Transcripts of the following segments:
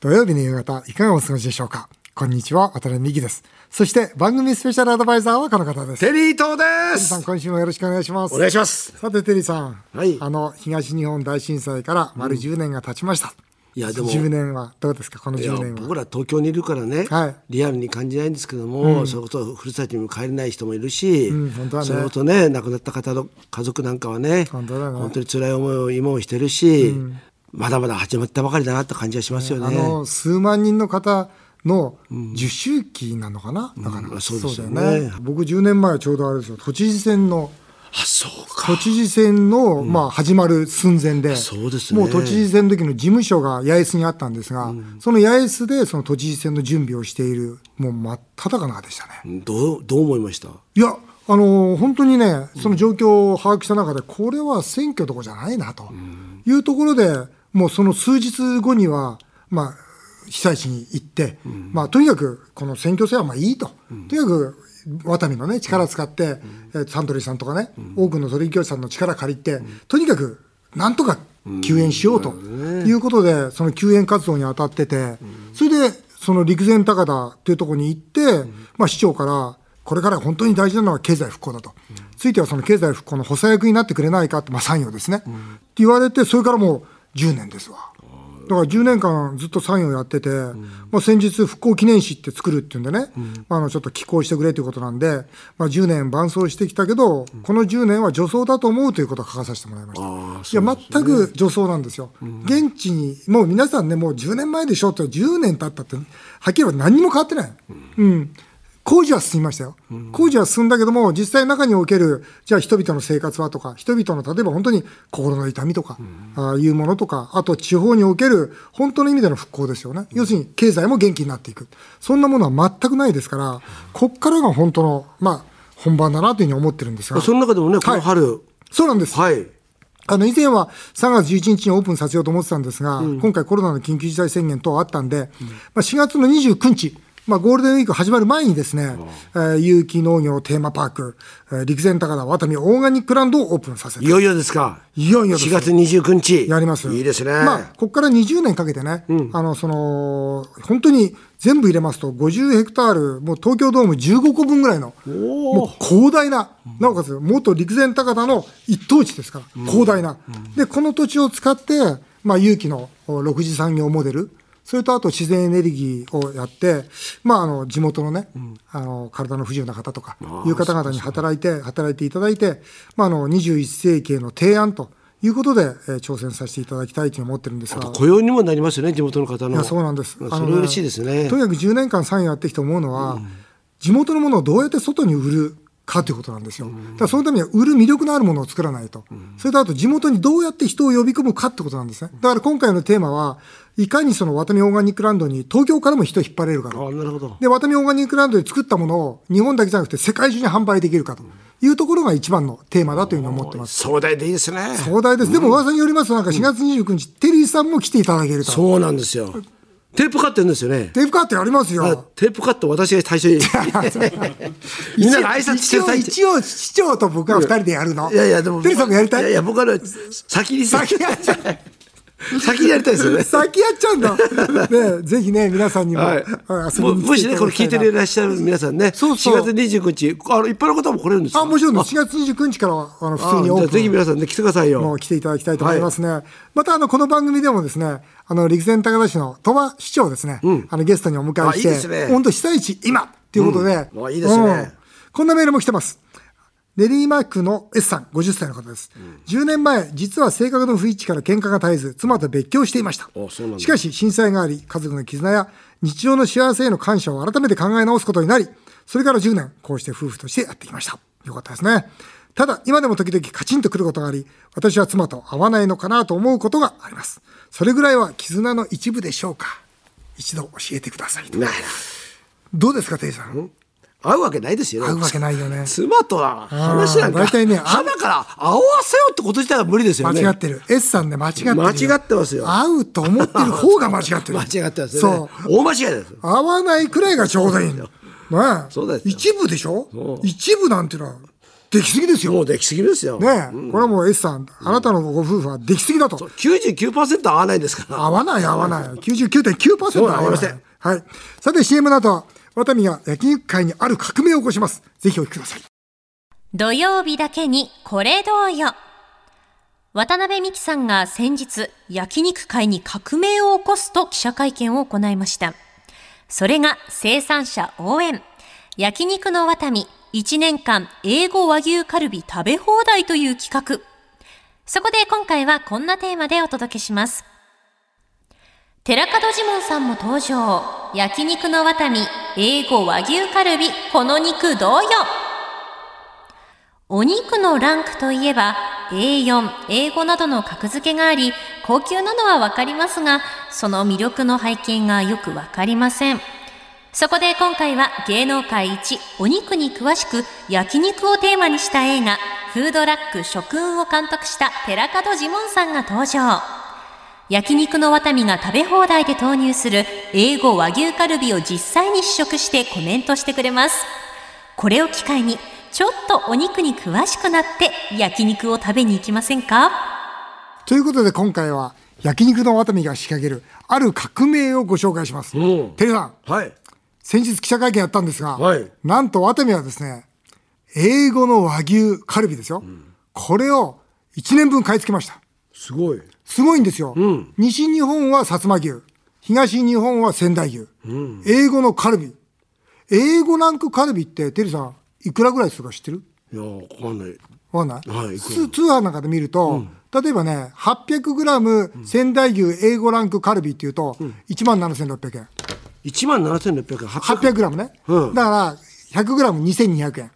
土曜日の夕方、いかがお過ごしでしょうかこんにちは、渡辺美希です。そして、番組スペシャルアドバイザーはこの方です。テリー東でさん、す今週もよろしくお願いします。お願いしますさて、テリーさん。はいあの、東日本大震災から丸10年が経ちました。いやでも10年は、どうですかこのいや10年は。僕ら東京にいるからね、はいリアルに感じないんですけども、それこそふるさとにも帰れない人もいるし、うん本当だねそれこそね亡くなった方の家族なんかはね本当だねに辛い思いを今もしてるし、まだまだ始まったばかりだなって感じがしますよあね。の、数万人の方の受周期なのかな、だから、うんそうですよねだ僕10年前はちょうどあれですよ、都知事選のあそうか都知事選の、まあ、始まる寸前でそうですねもう都知事選の時の事務所が八重洲にあったんですが、その八重洲でその都知事選の準備をしているもう真っ只中でしたね。どうどう思いましたいやあの本当にね、その状況を把握した中で、これは選挙どこじゃないなというところで、もうその数日後には、まあ、被災地に行って、まあ、とにかくこの選挙戦はまあいいと、とにかくワタミの、ね、力使って、えーサントリーさんとかね、多くの取引業者さんの力借りて、とにかくなんとか救援しようということで、その救援活動に当たってて、それでその陸前高田というところに行って、まあ、市長から、これから本当に大事なのは経済復興だと、ついてはその経済復興の補佐役になってくれないかって、まあ、参与ですね、って言われて、それからもう10年ですわ。だから10年間ずっと参与やってて、まあ、先日、復興記念誌って作るっていうんでね、まあ、あのちょっと寄稿してくれということなんで、まあ、10年伴走してきたけど、この10年は女装だと思うということを書かさせてもらいました。いや全く女装なんですよ、現地に、もう皆さんね、もう10年前でしょって、10年経ったって、はっきり言えば何にも変わってない、うん、工事は進みましたよ、工事は進んだけども、実際、中における、じゃあ人々の生活はとか、人々の例えば本当に心の痛みとか、ああいうものとか、あと地方における本当の意味での復興ですよね、要するに経済も元気になっていく、そんなものは全くないですから、こっからが本当の、まあ、本番だなというふうに思ってるんですが、その中でもねこの春そうなんです。はい、あの以前は3月11日にオープンさせようと思ってたんですが、今回コロナの緊急事態宣言等あったんで、まあ、4月の29日、まあ、ゴールデンウィーク始まる前にですね、えー有機農業テーマパーク、えー陸前高田ワタミオーガニックランドをオープンさせい、て、よいよですかいよいよです4月29日やりますいいですね、まあ、ここから20年かけてね、あのその本当に全部入れますと、50ヘクタール、もう東京ドーム15個分ぐらいの、もう広大な、なおかつ元陸前高田の一等地ですから、広大な、でこの土地を使って、まあ、有機のお6次産業モデル。それとあと自然エネルギーをやって、まあ、あの地元のね、あの体の不自由な方とかいう方々に働いて、働いていただいて、まあ、あの21世紀への提案ということで、えー挑戦させていただきたいと思ってるんですが。雇用にもなりますよね地元の方のいやそうなんです。それあのね嬉しいですねとにかく10年間サインやってきて思うのは、地元のものをどうやって外に売るかということなんですよ。だからそのためには売る魅力のあるものを作らないと。それとあと地元にどうやって人を呼び込むかってことなんですね。だから今回のテーマはいかにそのワタミオーガニックランドに東京からも人を引っ張れるかと。あなるほどで、ワタミオーガニックランドで作ったものを日本だけじゃなくて世界中に販売できるかというところが一番のテーマだというふうに思ってます。壮大でいいですね壮大です。でも噂によりますと、なんか4月29日、テリーさんも来ていただけると。そうなんですよ。テープカットやるんですよね。テープカットやりますよ。あテープカット私が最初に。 みんなが挨拶してる最中。一応一応市長と僕は二人でやるのいやいやでも。テリーさんもやりたいやいや僕はね先に先やっちゃ先にやりたいですよね。先やっちゃうんだ、ね、ぜひね皆さんにも、はいあ。遊もびにう来もしねこれた聞いてだきたいならっしゃる皆さんね。そうそう4月29日あの一般の方も来れるんですか。あもちろんです4月29日からはあの普通にあオじゃーあプぜひン皆さんね来てくださいもよう。来ていただきたいと思いますね、またあのこの番組でもですねあの陸前高田市の鳥羽市長ですね、あのゲストにお迎えしてあいいですね本当被災地今ということで、うんあいいですねこんなメールも来てます練馬区の S さん、50歳の方です。10年前、実は性格の不一致から喧嘩が絶えず、妻と別居していましたあそうなん。だしかし、震災があり、家族の絆や日常の幸せへの感謝を改めて考え直すことになり、それから10年、こうして夫婦としてやってきました。よかったですね。ただ、今でも時々カチンとくることがあり、私は妻と会わないのかなと思うことがあります。それぐらいは絆の一部でしょうか。一度教えてくださいと。なるどうですか、テイさん。会うわけないですよね。会うわけないよね。妻とは話あなんーか。大体ねあ花から会わせようってこと自体は無理ですよね。間違ってる。S さんね、間違ってる。間違ってますよ合うと思ってる方が間違ってる。間違ってますそよね。大間違いです。う。合わないくらいがちょうどいいの。ねえそうですよ一部でしょそう一部なんてのは、できすぎですよ。もうできすぎですよ。ねえ、これはもう S さん、あなたのご夫婦はできすぎだと。 99%合わないですから。合わない合わない。99.9%合合わわなないい。はい。さて CM の後は、ワタミが焼肉界にある革命を起こします。ぜひお聞きください。土曜日だけにこれどうよ。渡辺美樹さんが先日、焼肉界に革命を起こすと記者会見を行いました。それが生産者応援。焼肉の渡美、1年間英語和牛カルビ食べ放題という企画。そこで今回はこんなテーマでお届けします。寺門ジモンさんも登場。焼肉の渡美、英語和牛カルビ、この肉どうよ。お肉のランクといえば A4、英語などの格付けがあり、高級なのはわかりますが、その魅力の背景がよくわかりません。そこで今回は芸能界一お肉に詳しく焼肉をテーマにした映画、フードラック食運を監督した寺門ジモンさんが登場。焼肉のワタミが食べ放題で投入する英語和牛カルビを実際に試食してコメントしてくれます。これを機会にちょっとお肉に詳しくなって焼肉を食べに行きませんかということで今回は、焼肉のワタミが仕掛ける、ある革命をご紹介します。うんテレさん、はい。先日記者会見やったんですが、はいなんとワタミはですね、英語の和牛カルビですよ。これを1年分買い付けました。すごい。すごいんですよ。西日本は薩摩牛、東日本は仙台牛、英語のカルビ。英語ランクカルビって、テリーさん、いくらぐらいするか知ってるいや、わかんない。わかんない、はいいくら通通販なんかで見ると、例えばね、800グラム仙台牛英語ランクカルビっていうと、1万7600円。 1万7600円。800 800グラムね。うんだから、100グラム2200円。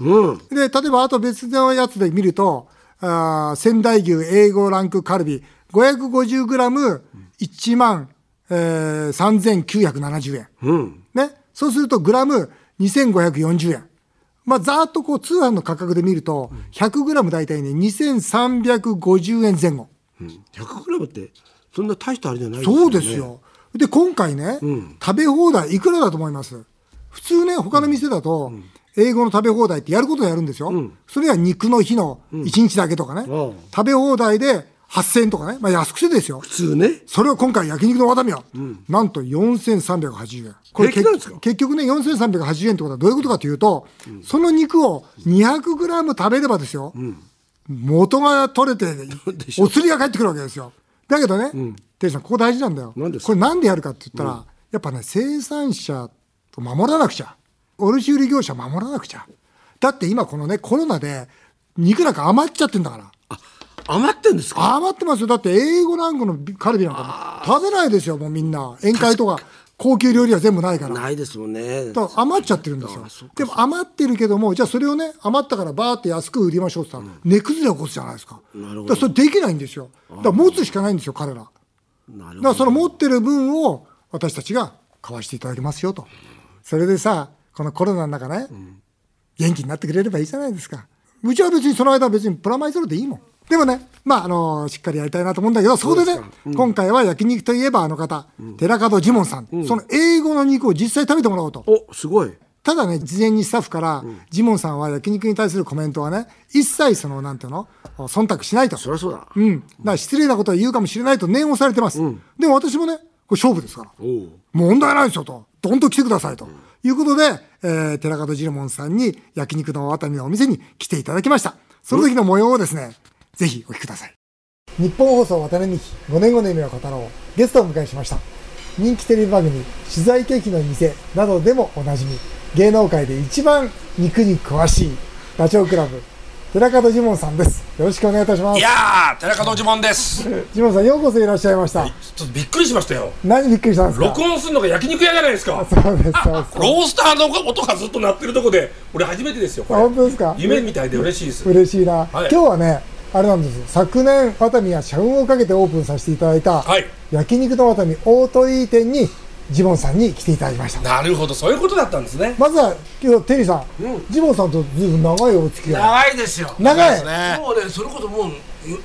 うん。で、例えばあと別のやつで見ると、あー仙台牛 A5 ランクカルビ、550グラム1万、えー、3970円。うん。ね。そうするとグラム2540円。まあ、ざーっとこう通販の価格で見ると、100グラム大体ね、2350円前後。 100グラムって、そんな大したあれじゃないそうです。よ。で、今回ね、食べ放題いくらだと思います普通ね、他の店だと、英語の食べ放題ってやることはやるんですよ。それは肉の日の1日だけとかね。ああ食べ放題で8000円とかね。まあ安くてですよ。普通ね。それを今回焼肉のワタミは、なんと4380円。こ平気なんですか結局ね、4380円ってことはどういうことかというと、その肉を200グラム食べればですよ、元が取れて、でしょお釣りが返ってくるわけですよ。だけどね、テリーさん、ここ大事なんだよ。何ですかこれなんでやるかって言ったら、やっぱね、生産者を守らなくちゃ。卸売業者守らなくちゃ。だって今このね、コロナで肉なんか余っちゃってんだから。あ、余ってんですか余ってますよ。だって英語ランクのカルビなんかも食べないですよ、もうみんな。宴会とか高級料理は全部ないから。ないですもんね。だから余っちゃってるんですよ。でも余ってるけども、じゃあそれをね、余ったからバーって安く売りましょうって言ったら、値崩れ起こすじゃないですか。なるほどだからそれできないんですよ。だから持つしかないんですよ、彼ら。だかなるほらど。その持ってる分を私たちが買わしていただきますよと。それでさ、このコロナの中ね、元気になってくれればいいじゃないですか。うちは別にその間は別にプラマイゼロでいいもん。でもね、まあ、あのしっかりやりたいなと思うんだけど、そこでね、今回は焼肉といえばあの方、寺門ジモンさん,、その英語の肉を実際食べてもらおうと。お、すごい。ただね、事前にスタッフから、ジモンさんは焼肉に対するコメントはね、一切その、なんていうの、忖度しないと。そりゃそうだ。うん。だから失礼なことは言うかもしれないと念をされてます。でも私もね、これ勝負ですから。おう問題ないですよと。どんと来てくださいと。いうことで、えー、寺門ジモンさんに焼肉の渡辺のお店に来ていただきました。その時の模様をですね、ぜひお聞きください。日本放送渡辺美希5年後の夢を語ろうゲストをお迎えしました人気テレビ番組「取材劇の店」などでもおなじみ芸能界で一番肉に詳しいダチョウ倶楽部寺門ジモンさんですよろしくお願いいたしまいすやー、寺門ジモンです。ちジモンさんようこそいらっしゃいました、ょっとびっくりしましたよ。何びっくりしたんですか録音するのが焼肉屋じゃないですか。そうですそうですロースターの音がずっと鳴ってるとこで、俺初めてですよ。これ本当ですか夢みたいで嬉しいです。嬉しいな、はい今日はねあれなんですよ昨年ワタミが社運をかけてオープンさせていただいた、はい焼肉のワタミ大鳥居店にジモンさんに来ていただきましたなるほど、そういうことだったんですね。まずは今日テリーさん、うんジモンさんとずいぶん長いお付き合い長いですよ長いですねもうね、それこそもう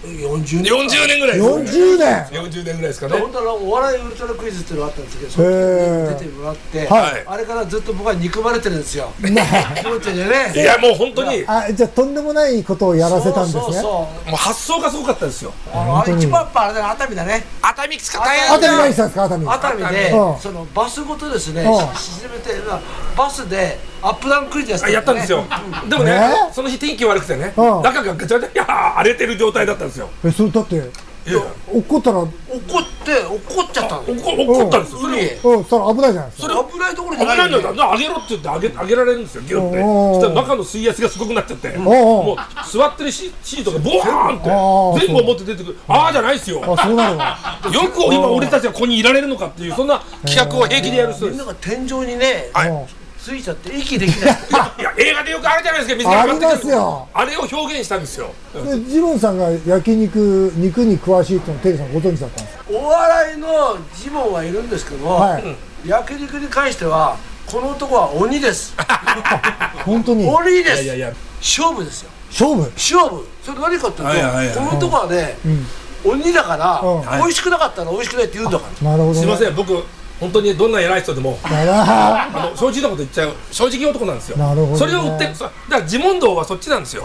40年40年ぐらいですね40年40年ぐらいですかね本当はお笑いウルトラクイズっていうのがあったんですけどそへれーに出てもらって、はいあれからずっと僕は憎まれてるんですよ気持ちでねいやもう本当にあじゃあとんでもないことをやらせたんですねそうそうそうもう発想がすごかったですよあの一番やっぱあれだね熱海だね熱海使った熱海何したんですか熱海熱海で、うんそのバスごとですね、うん沈めてるのはバスでアップダウンクイズやってあやったんですよでもねねその日天気悪くてねうん中がガチャガチャいやー荒れてる状態だったんですよえそれだっていや怒ったらうん怒って怒っちゃったの怒怒ったんですよそれ海をへそれ危ないじゃないですそれ危ないところじ危ゃないないのよ、だね、なあげろって言ってあげあげられるんですよギュッておーそしたら中の水圧がすごくなっちゃっておーもう座ってるシシートがボワーンあっーて全部持って出てくるああじゃないですよよかあそうなるわ く今俺たちはここにいられるのかっていうそんな企画を平気でやる人でみんなすが天井にね、はいついちゃって息できないいや映画でよくあるじゃないですか水が上がってくるありますよあれを表現したんですよでジロンさんが焼肉肉に詳しいっていうのをテリーさんご存知だったんですかお笑いのジモンはいるんですけども、はい焼肉に関してはこの男は鬼です本当に鬼でいやすいやいや勝負ですよ勝負勝負それ何かっていうと、はいはいはいこの男はね、鬼だから、うん美味しくなかったら美味しくないって言うんだからなるほど、ね、すいませんん僕本当にどんな偉い人でもあの正直なこと言っちゃう正直男なんですよなるほどねそれを売ってそだから自問答はそっちなんですよ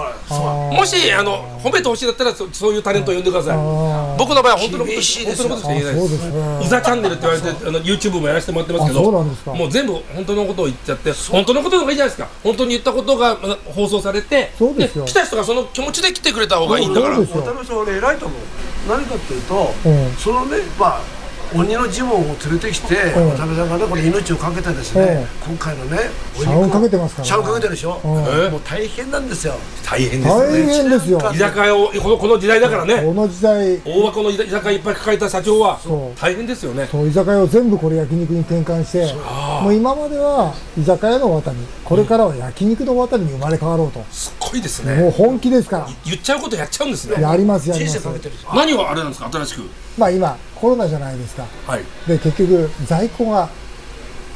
もしあの褒めてほしいだったらそそういうタレントを呼んでください僕の場合は本当のこと厳しいで本す当のことしか言えよあないでそうですすねうざチャンネルって言われてあの YouTube もやらせてもらってますけどあそうなんですかもう全部本当のことを言っちゃって本当のことの方がいいじゃないですか本当に言ったことがま放送されてそうですよ来た人がその気持ちで来てくれた方がいいんだからそうですよ渡辺さん俺偉いと思う何かっていうと、うんそのねまあ鬼の呪文を連れてきて、ん渡辺さんがねこれ命をかけてですね、今回のねシャワーをかけてますからねシャワーをかけてるでしょ、んもう大変なんですよ大変です大変ですよ一居酒屋をこのこの時代だからねこの時代大箱の居酒屋いっぱい抱えた社長はそう大変ですよねそう居酒屋を全部これ焼肉に転換してもう今までは居酒屋の渡りこれからは焼肉の渡りに生まれ変わろうと、すっごいですもねう本気ですか言っちゃうことやっちゃうんですらねやりますやりま人生すかけてるでしょ何をあれなんですか新しくまあ今コロナじゃないですかはいで結局在庫が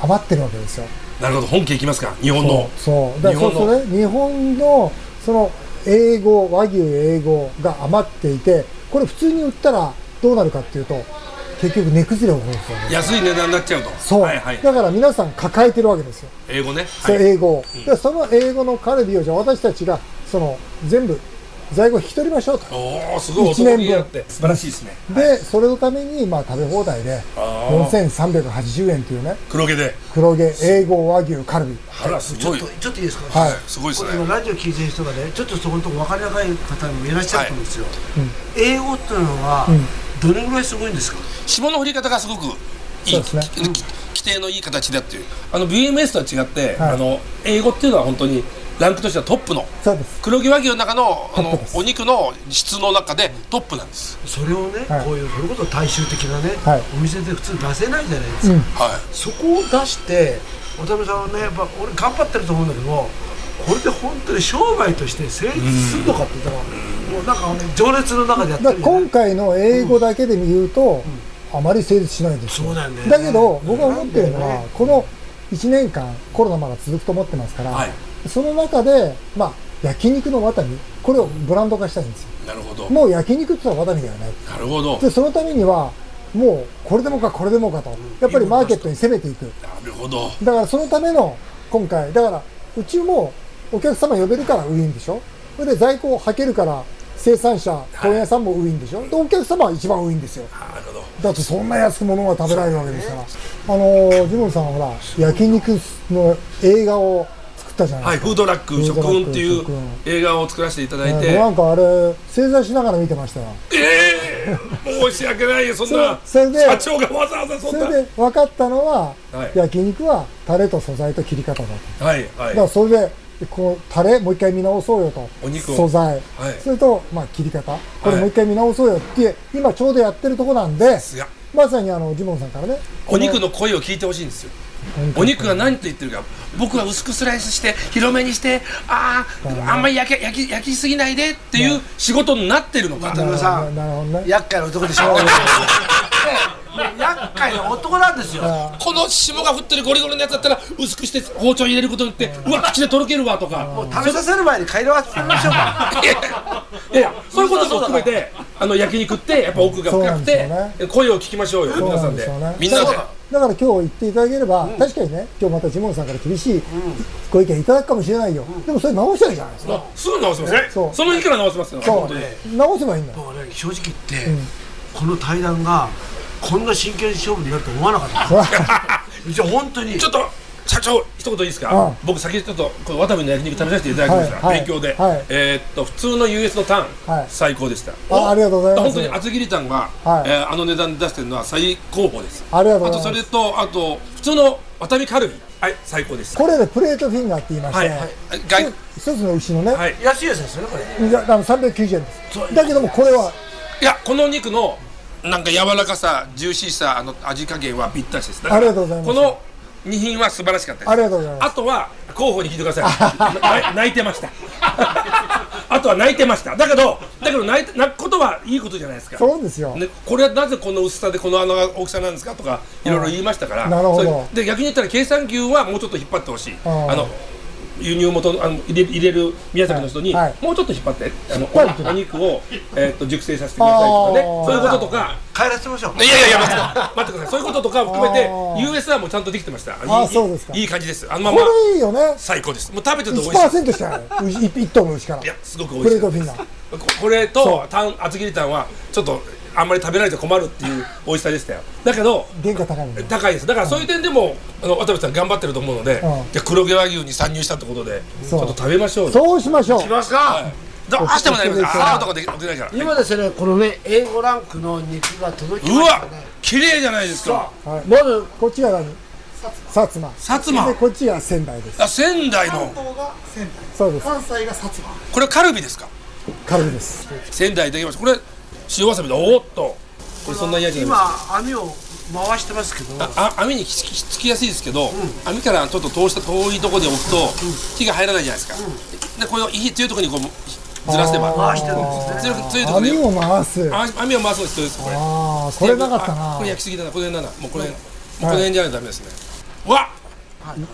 余ってるわけですよなるほど本家いきますか日本のそうだからそう日そ本のれ日本のその英語和牛英語が余っていてこれ普通に売ったらどうなるかっていうと結局値崩れ起こるんですよね安い値段になっちゃうとそう、はいはいだから皆さん抱えてるわけですよ、英語ねはそいの英語を、だからその英語のカルビをじゃあ私たちがその全部在庫引き取りましょうとおおすごい一年男分気があって素晴らしいですねで、それのためにまあ食べ放題であ4380円というね黒毛で黒毛英語和牛カルビあらすちょごっいとちょっといいですか、はいすごいですこねれ今ラジオ聞いてる人がねちょっとそこのとこ分かりやい方もいらっしゃると思うんですよ、英語っていうのは、どれぐらいすごいんですか霜の降り方がすごくいいそうですねきき規定のいい形だっていうあの BMS とは違って、はいあの英語っていうのは本当にランクとしてはトップのそうです黒毛和牛の中のあトッのプですお肉の質の中でトップなんです、それをね、はいこういうそれこそ大衆的なね、はいお店で普通出せないじゃないですか、はいそこを出して渡辺さんはねやっぱ俺頑張ってると思うんだけどもこれで本当に商売として成立するのかって言ったら、もうなんか、ね、情熱の中でやってだるからじゃない今回の英語だけで言うと、あまり成立しないですよそうなんだよねけど僕は思ってるのは、この1年間コロナまだ続くと思ってますから、はいその中で、まあ、焼肉のワタミこれをブランド化したいんですよなるほどもう焼肉ってのはワタミではないなるほどでそのためにはもうこれでもかこれでもかとやっぱりマーケットに攻めていくなるほどだからそのための今回だからうちもお客様呼べるからウィーンでしょそれで在庫をはけるから生産者問屋さんもウィーンでしょでお客様は一番ウィーンですよあなるほどだってそんな安く物は食べられるわけですからあのージモンさんはほら焼肉の映画を作ったじゃないではい、すフードラックフー食ドラック運っていう食運映画を作らせていただいか、て、なんかあれ正座しながら見てましたよええー、申し訳ないよそんなそれで社長がわざわざそそんなれで分かったのは、はい焼肉はタレと素材と切り方だとはいはだいからそれでこうタレもう一回見直そうよとお肉を素材、はいそれと、まあ、切り方こはれいもう一回見直そうよって、今ちょうどやってるとこなんでですがまさにあのジモンさんからねお肉の声を聞いてほしいんですよお肉が何と言ってるか僕は薄くスライスして広めにしてあああんまり焼け焼き焼きすぎないでっていう仕事になってるのか渡辺さなるほどんね厄介な男でしょね厄介な男なんですよこの霜が降ってるゴリゴリのやつだったら薄くして包丁入れることによってうわ口でとろけるわとかもう食べさせる前に帰りましょうか いやいやそういうことも含めてあの焼肉ってやっぱ奥が深くそうなんですて声を聞きましょうよそう皆さなんでですよねみんなだでからだから今日言っていただければ、確かにね今日またジモンさんから厳しいご意見いただくかもしれないよ、でもそれ直したらいいじゃないですか、あすぐ直せますそうよその日から直せますよそ本当にう直せばいいんだよ僕はね正直言って、この対談がこんな真剣勝負になると思わなかったじゃあ本当にちょっと社長一言いいですうかん僕先ちょっとこの渡部の焼肉食べさせていただきましたはいはい勉強ではいえーっと普通の US のタはいン最高でしたあありがとうございます本当に厚切りタンがはいえーあの値段で出してるのは最高峰ですありがとうごあざといますそれとあと普通のワタミカルビはい最高ですこれでプレートフィンガーって言いまして、はいはい外一つ一つの牛のね、はい安いやつですよねこれじゃあの390円ですだけどもこれはいやこの肉のなんか柔らかさジューシーさあの味加減はぴったしですだからありがとうございますこの2品は素晴らしかったですありがとうございますあとは候補に聞いてくださ いな泣いてました あとは泣いてましただけどだけど泣いて泣くことはいいことじゃないですかそうですよ、ね、これはなぜこの薄さでこの穴が大きさなんですかとかいろいろ言いましたから、なるほどそれで逆に言ったら計算牛はもうちょっと引っ張ってほしい、んあの輸入元のあの入れ入れる宮崎の人に、はいはいもうちょっと引っ張ってあの張るっておお肉を、えー、と熟成させてくださいとかねあーそういうこととか。帰らせてましょういやいやいや待って待ってくださいそういうこととかを含めてあー USR もちゃんとできてましたあーいいそうですかいい感じですあのまこまれいいよね最高ですもう食べてて美味しい1%しかない牛一一頭の牛からいやすごく美プ味レーしいトフィンガーここれとタン厚切りタンはちょっとあんまり食べられて困るっ ていう美味しさでしたよだけど原価高いので高いですだからそういう点でも、あの渡部さん頑張ってると思うので、うんじゃあ黒毛和牛に参入したってことでちそうょっと食べましょうよそうしましょうきますか、どうしてもなりますそうああとかできないから今ですねこのね A5 ランクの肉が届きうましたわね綺麗じゃないですかはいまずこっちが何薩摩薩摩でこっちが仙台ですあ仙台の関東が仙そうです台関西が薩摩これカルビですかカルビです仙台いただきましたこれ塩わさびでおーっとこれそんなに嫌じゃないですか今網を回してますけどあ網にひつきひっつきやすいですけど、網からちょっと通した遠いところで置くと、火が入らないじゃないですか、でこれを火強いところにこうずらせば回してるんですね強く強いところで網を回すあ網を回すの必要ですこれああこれなかったあなこれ焼きすぎだなこれななもうこれ、もうこの辺じゃないとダメですねうわ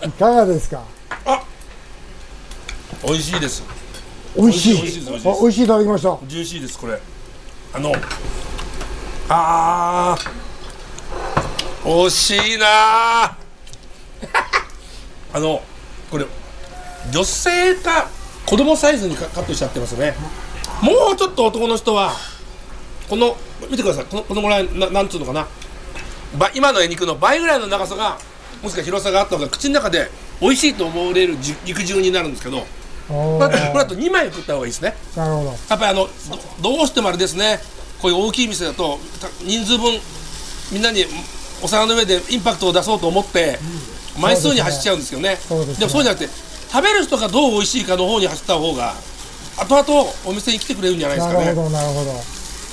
いかがですか美味しいです美味しい美味しいです美味しいであす美味しいいただきましたジューシーですこれあのあー惜しいなー あのこれ女性か子供サイズにカカットしちゃってますねもうちょっと男の人はこの見てくださいこのこのぐらいななんつうのかなば今の肉の倍ぐらいの長さがもしくは広さがあった方が口の中で美味しいと思われるじ肉汁になるんですけどおこーれこれだと2枚食った方がいいですねなるほどやっぱりあのどどうしてもあれですねこういう大きい店だとた人数分みんなにお皿の上でインパクトを出そうと思って枚数に走っちゃうんですけどね,、そうですねもそうじゃなくて食べる人がどう美味しいかの方に走った方が後々お店に来てくれるんじゃないですなるかほねどなるほど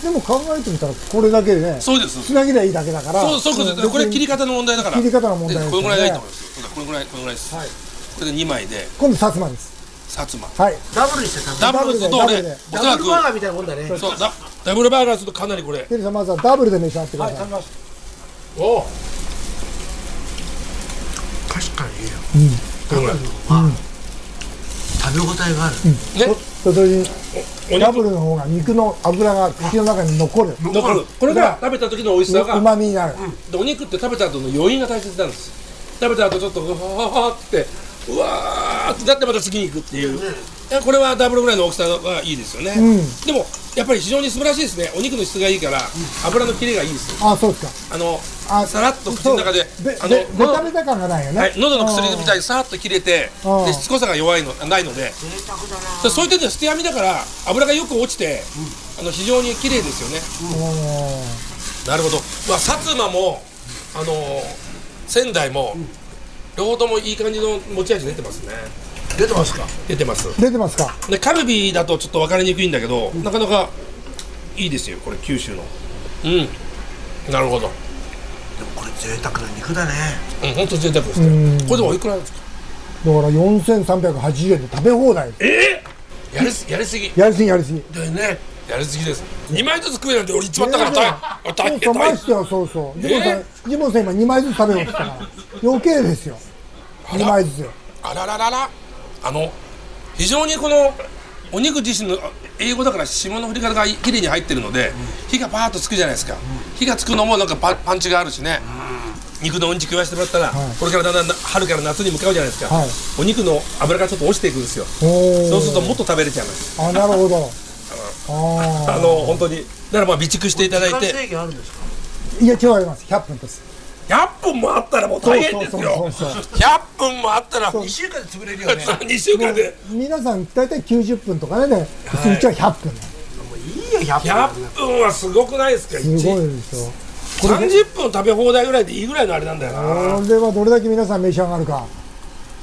でも考えてみたらこれだけでねそうですつなぎりゃいいだけだからそうそうです、んこれ切り方の問題だから切り方の問題ですよねこのぐらいがいいと思いますこれぐらいこのぐらいです、これで2枚で今度薩摩です薩摩はいダブルにして食べダブルスとダブ俺ルでおそダらブルバーガくーみたいなもんだねそうダダブルバーガーするとかなりこれテリーさんまずはダブルで召し上がってくださいお確かにいいよこれぐらい食べ応えがある、ねと同時にお肉ダブルの方が肉の脂が口の中に残る残るこれが食べた時の美味しさうがまみになるでお肉って食べた後の余韻が大切なんです食べた後ちょっとわーってうわーってなってまた次に行くっていういやこれはダブルぐらいの大きさがいいですよね、んでもやっぱり非常に素晴らしいですねお肉の質がいいから油の切れがいいですあそうですあのかあさらっと口の中でそうべあのべベタベタ感がないよねはい、喉の薬みたいにさーっと切れてうんでしつこさが弱いのないのでそそういう点では捨て網だから油がよく落ちて、あの非常に綺麗ですよねうなるほど、まあ、薩摩も、あのー仙台も、両方ともいい感じの持ち味出てますね出てますか出てますん出てますかでカルビだとちょっと分かりにくいんだけど、なかなかいいですよこれ九州のうんなるほどでもこれ贅沢な肉だねうん本当贅沢ですねこれでもおいくらなんですかだから4380円で食べ放題ええやりすやりすぎやりすぎやりすぎでねやりすぎです2枚ずつ食えなんて俺一番だから大大変そうそう大ま変してよそうそうジモンさんえジモンさん今2枚ずつ食べようって言ったから余計ですよ2枚ずつよあららららあの非常にこのお肉自身のあ英語だから霜の振り方が綺麗に入ってるので、火がパーッとつくじゃないですか、火がつくのもなんかパパンチがあるしね、肉のうんち食わしてもらったら、これからだんだんな春から夏に向かうじゃないですか、はいお肉の脂がちょっと落ちていくんですよおーそうするともっと食べれちゃいますあなるほどああの本当にだからまあ備蓄していただい時間て制限あるんですかーいや違います100分です100分もあったらもう大変ですよそうそうそう100分もあったら2 2週間で潰れるよね週間で皆さん大体90分とかねでうちは100分いいよ100 100分はすごくないですかすごいですよ30分食べ放題ぐらいでいいぐらいのあれなんだよこなれはどれだけ皆さん召し上がるか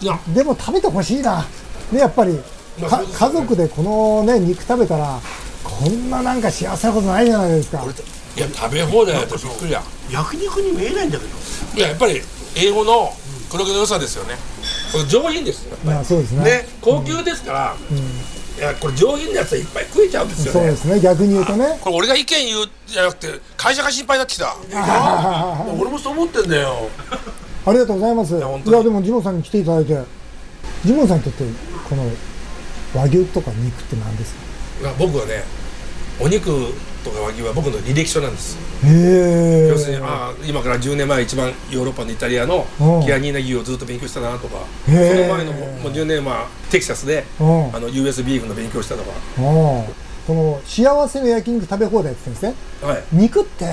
いやでも食べてほしいなねやっぱりまあかそうですよ家族でこのね肉食べたらこんななんか幸せなことないじゃないですかいや食べ放題だとびっくりや焼肉に見えないんだけどいややっぱり英語の黒毛の良さですよねこれ上品ですよやっぱりまあそうですねね高級ですから、いやこれ上品なやつはいっぱい食えちゃうんですよそうねですね逆に言うとね これ俺が意見言うじゃなくて会社が心配になってきた俺もそう思ってんだよありがとうございますいや本や当にでもジモンさんに来ていただいてジモンさんにとってこの和牛とか肉って何ですか僕はねお肉とか和牛は僕の履歴書なんですへえ要するにああ今から10年前一番ヨーロッパのイタリアのうんキアニーナ牛をずっと勉強したなとかそのへえ前のもう10年前テキサスでうんあの US ビーフの勉強したとかこの幸せの焼肉食べ放題って言ってんですねはい肉って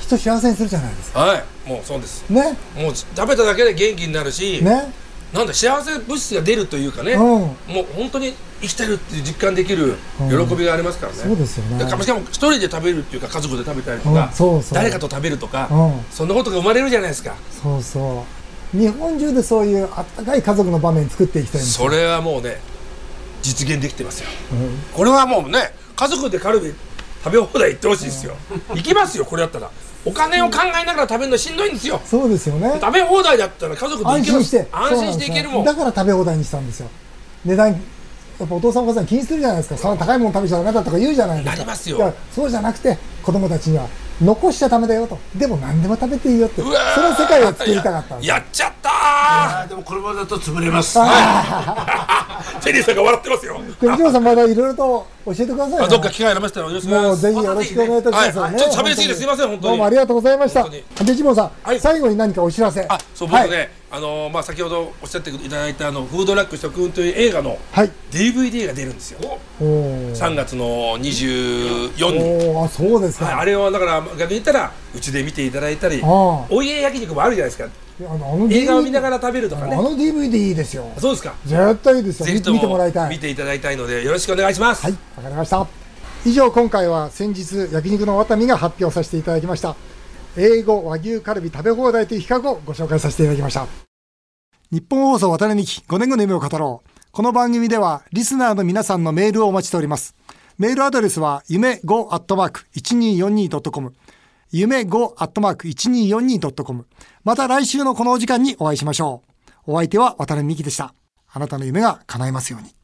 人幸せにするじゃないですかはいもうそうですねもう食べただけで元気になるし、ねなんだ幸せ物質が出るというかね、うんもう本当に生きてるっていう実感できるうん喜びがありますからね、そうですよねだからしかも一人で食べるっていうか家族で食べたりとうかん、そうそう誰かと食べるとか、うんそんなことが生まれるじゃないですかそうそう日本中でそういうあったかい家族の場面作っていきたいんですそれはもうね実現できてますよ、これはもうね家族でカルビ食べ放題行ってほしいですよ、行きますよこれだったらお金を考えながら食べるのしんどいんですよそうですよね食べ放題だったら家族で行安け心ましすて安心していけるもんそうなんですよだから食べ放題にしたんですよ値段やっぱお父さんお母さん気にするじゃないですかそんな高いもの食べちゃダメだとか言うじゃないですかなりますよいやそうじゃなくて子供たちには残しちゃダメだよとでも何でも食べていいよってそのうわー世界を作りたかったんですややっちゃったーあーでもこれまでだと潰れます テリーさんが笑ってますよで一郎さんまだいろいろと教えてください、ね、あどっか機会ありましたらよろしくお願いもしまうすぜひよろしくお願いいたします、ねはいはいちょっと喋りすぎてすいません本当にどうもありがとうございました本当でジモンさん、はい最後に何かお知らせあそう僕ね、はいあのーまあ先ほどおっしゃっていただいたあのフードラック食運という映画のはい DVD が出るんですよおー3月の24におーあそうですか、はいあれをだから逆に言ったらうちで見ていただいたりあーお家焼肉もあるじゃないですかあのあの DVD 映画を見ながら食べるとかあねの DVD いいですよそうですか絶対いいですよぜひ見と見てもらいたもい見ていただいたいのでよろしくお願いします、はい、わかりました。以上、今回は先日、焼肉のワタミが発表させていただきました。英語和牛カルビ食べ放題という企画をご紹介させていただきました。日本放送渡辺美希5年後の夢を語ろう。この番組では、リスナーの皆さんのメールをお待ちしております。メールアドレスは、夢 5-1242.com。夢 5-1242.com。また来週のこのお時間にお会いしましょう。お相手は渡辺美希でした。あなたの夢が叶いますように。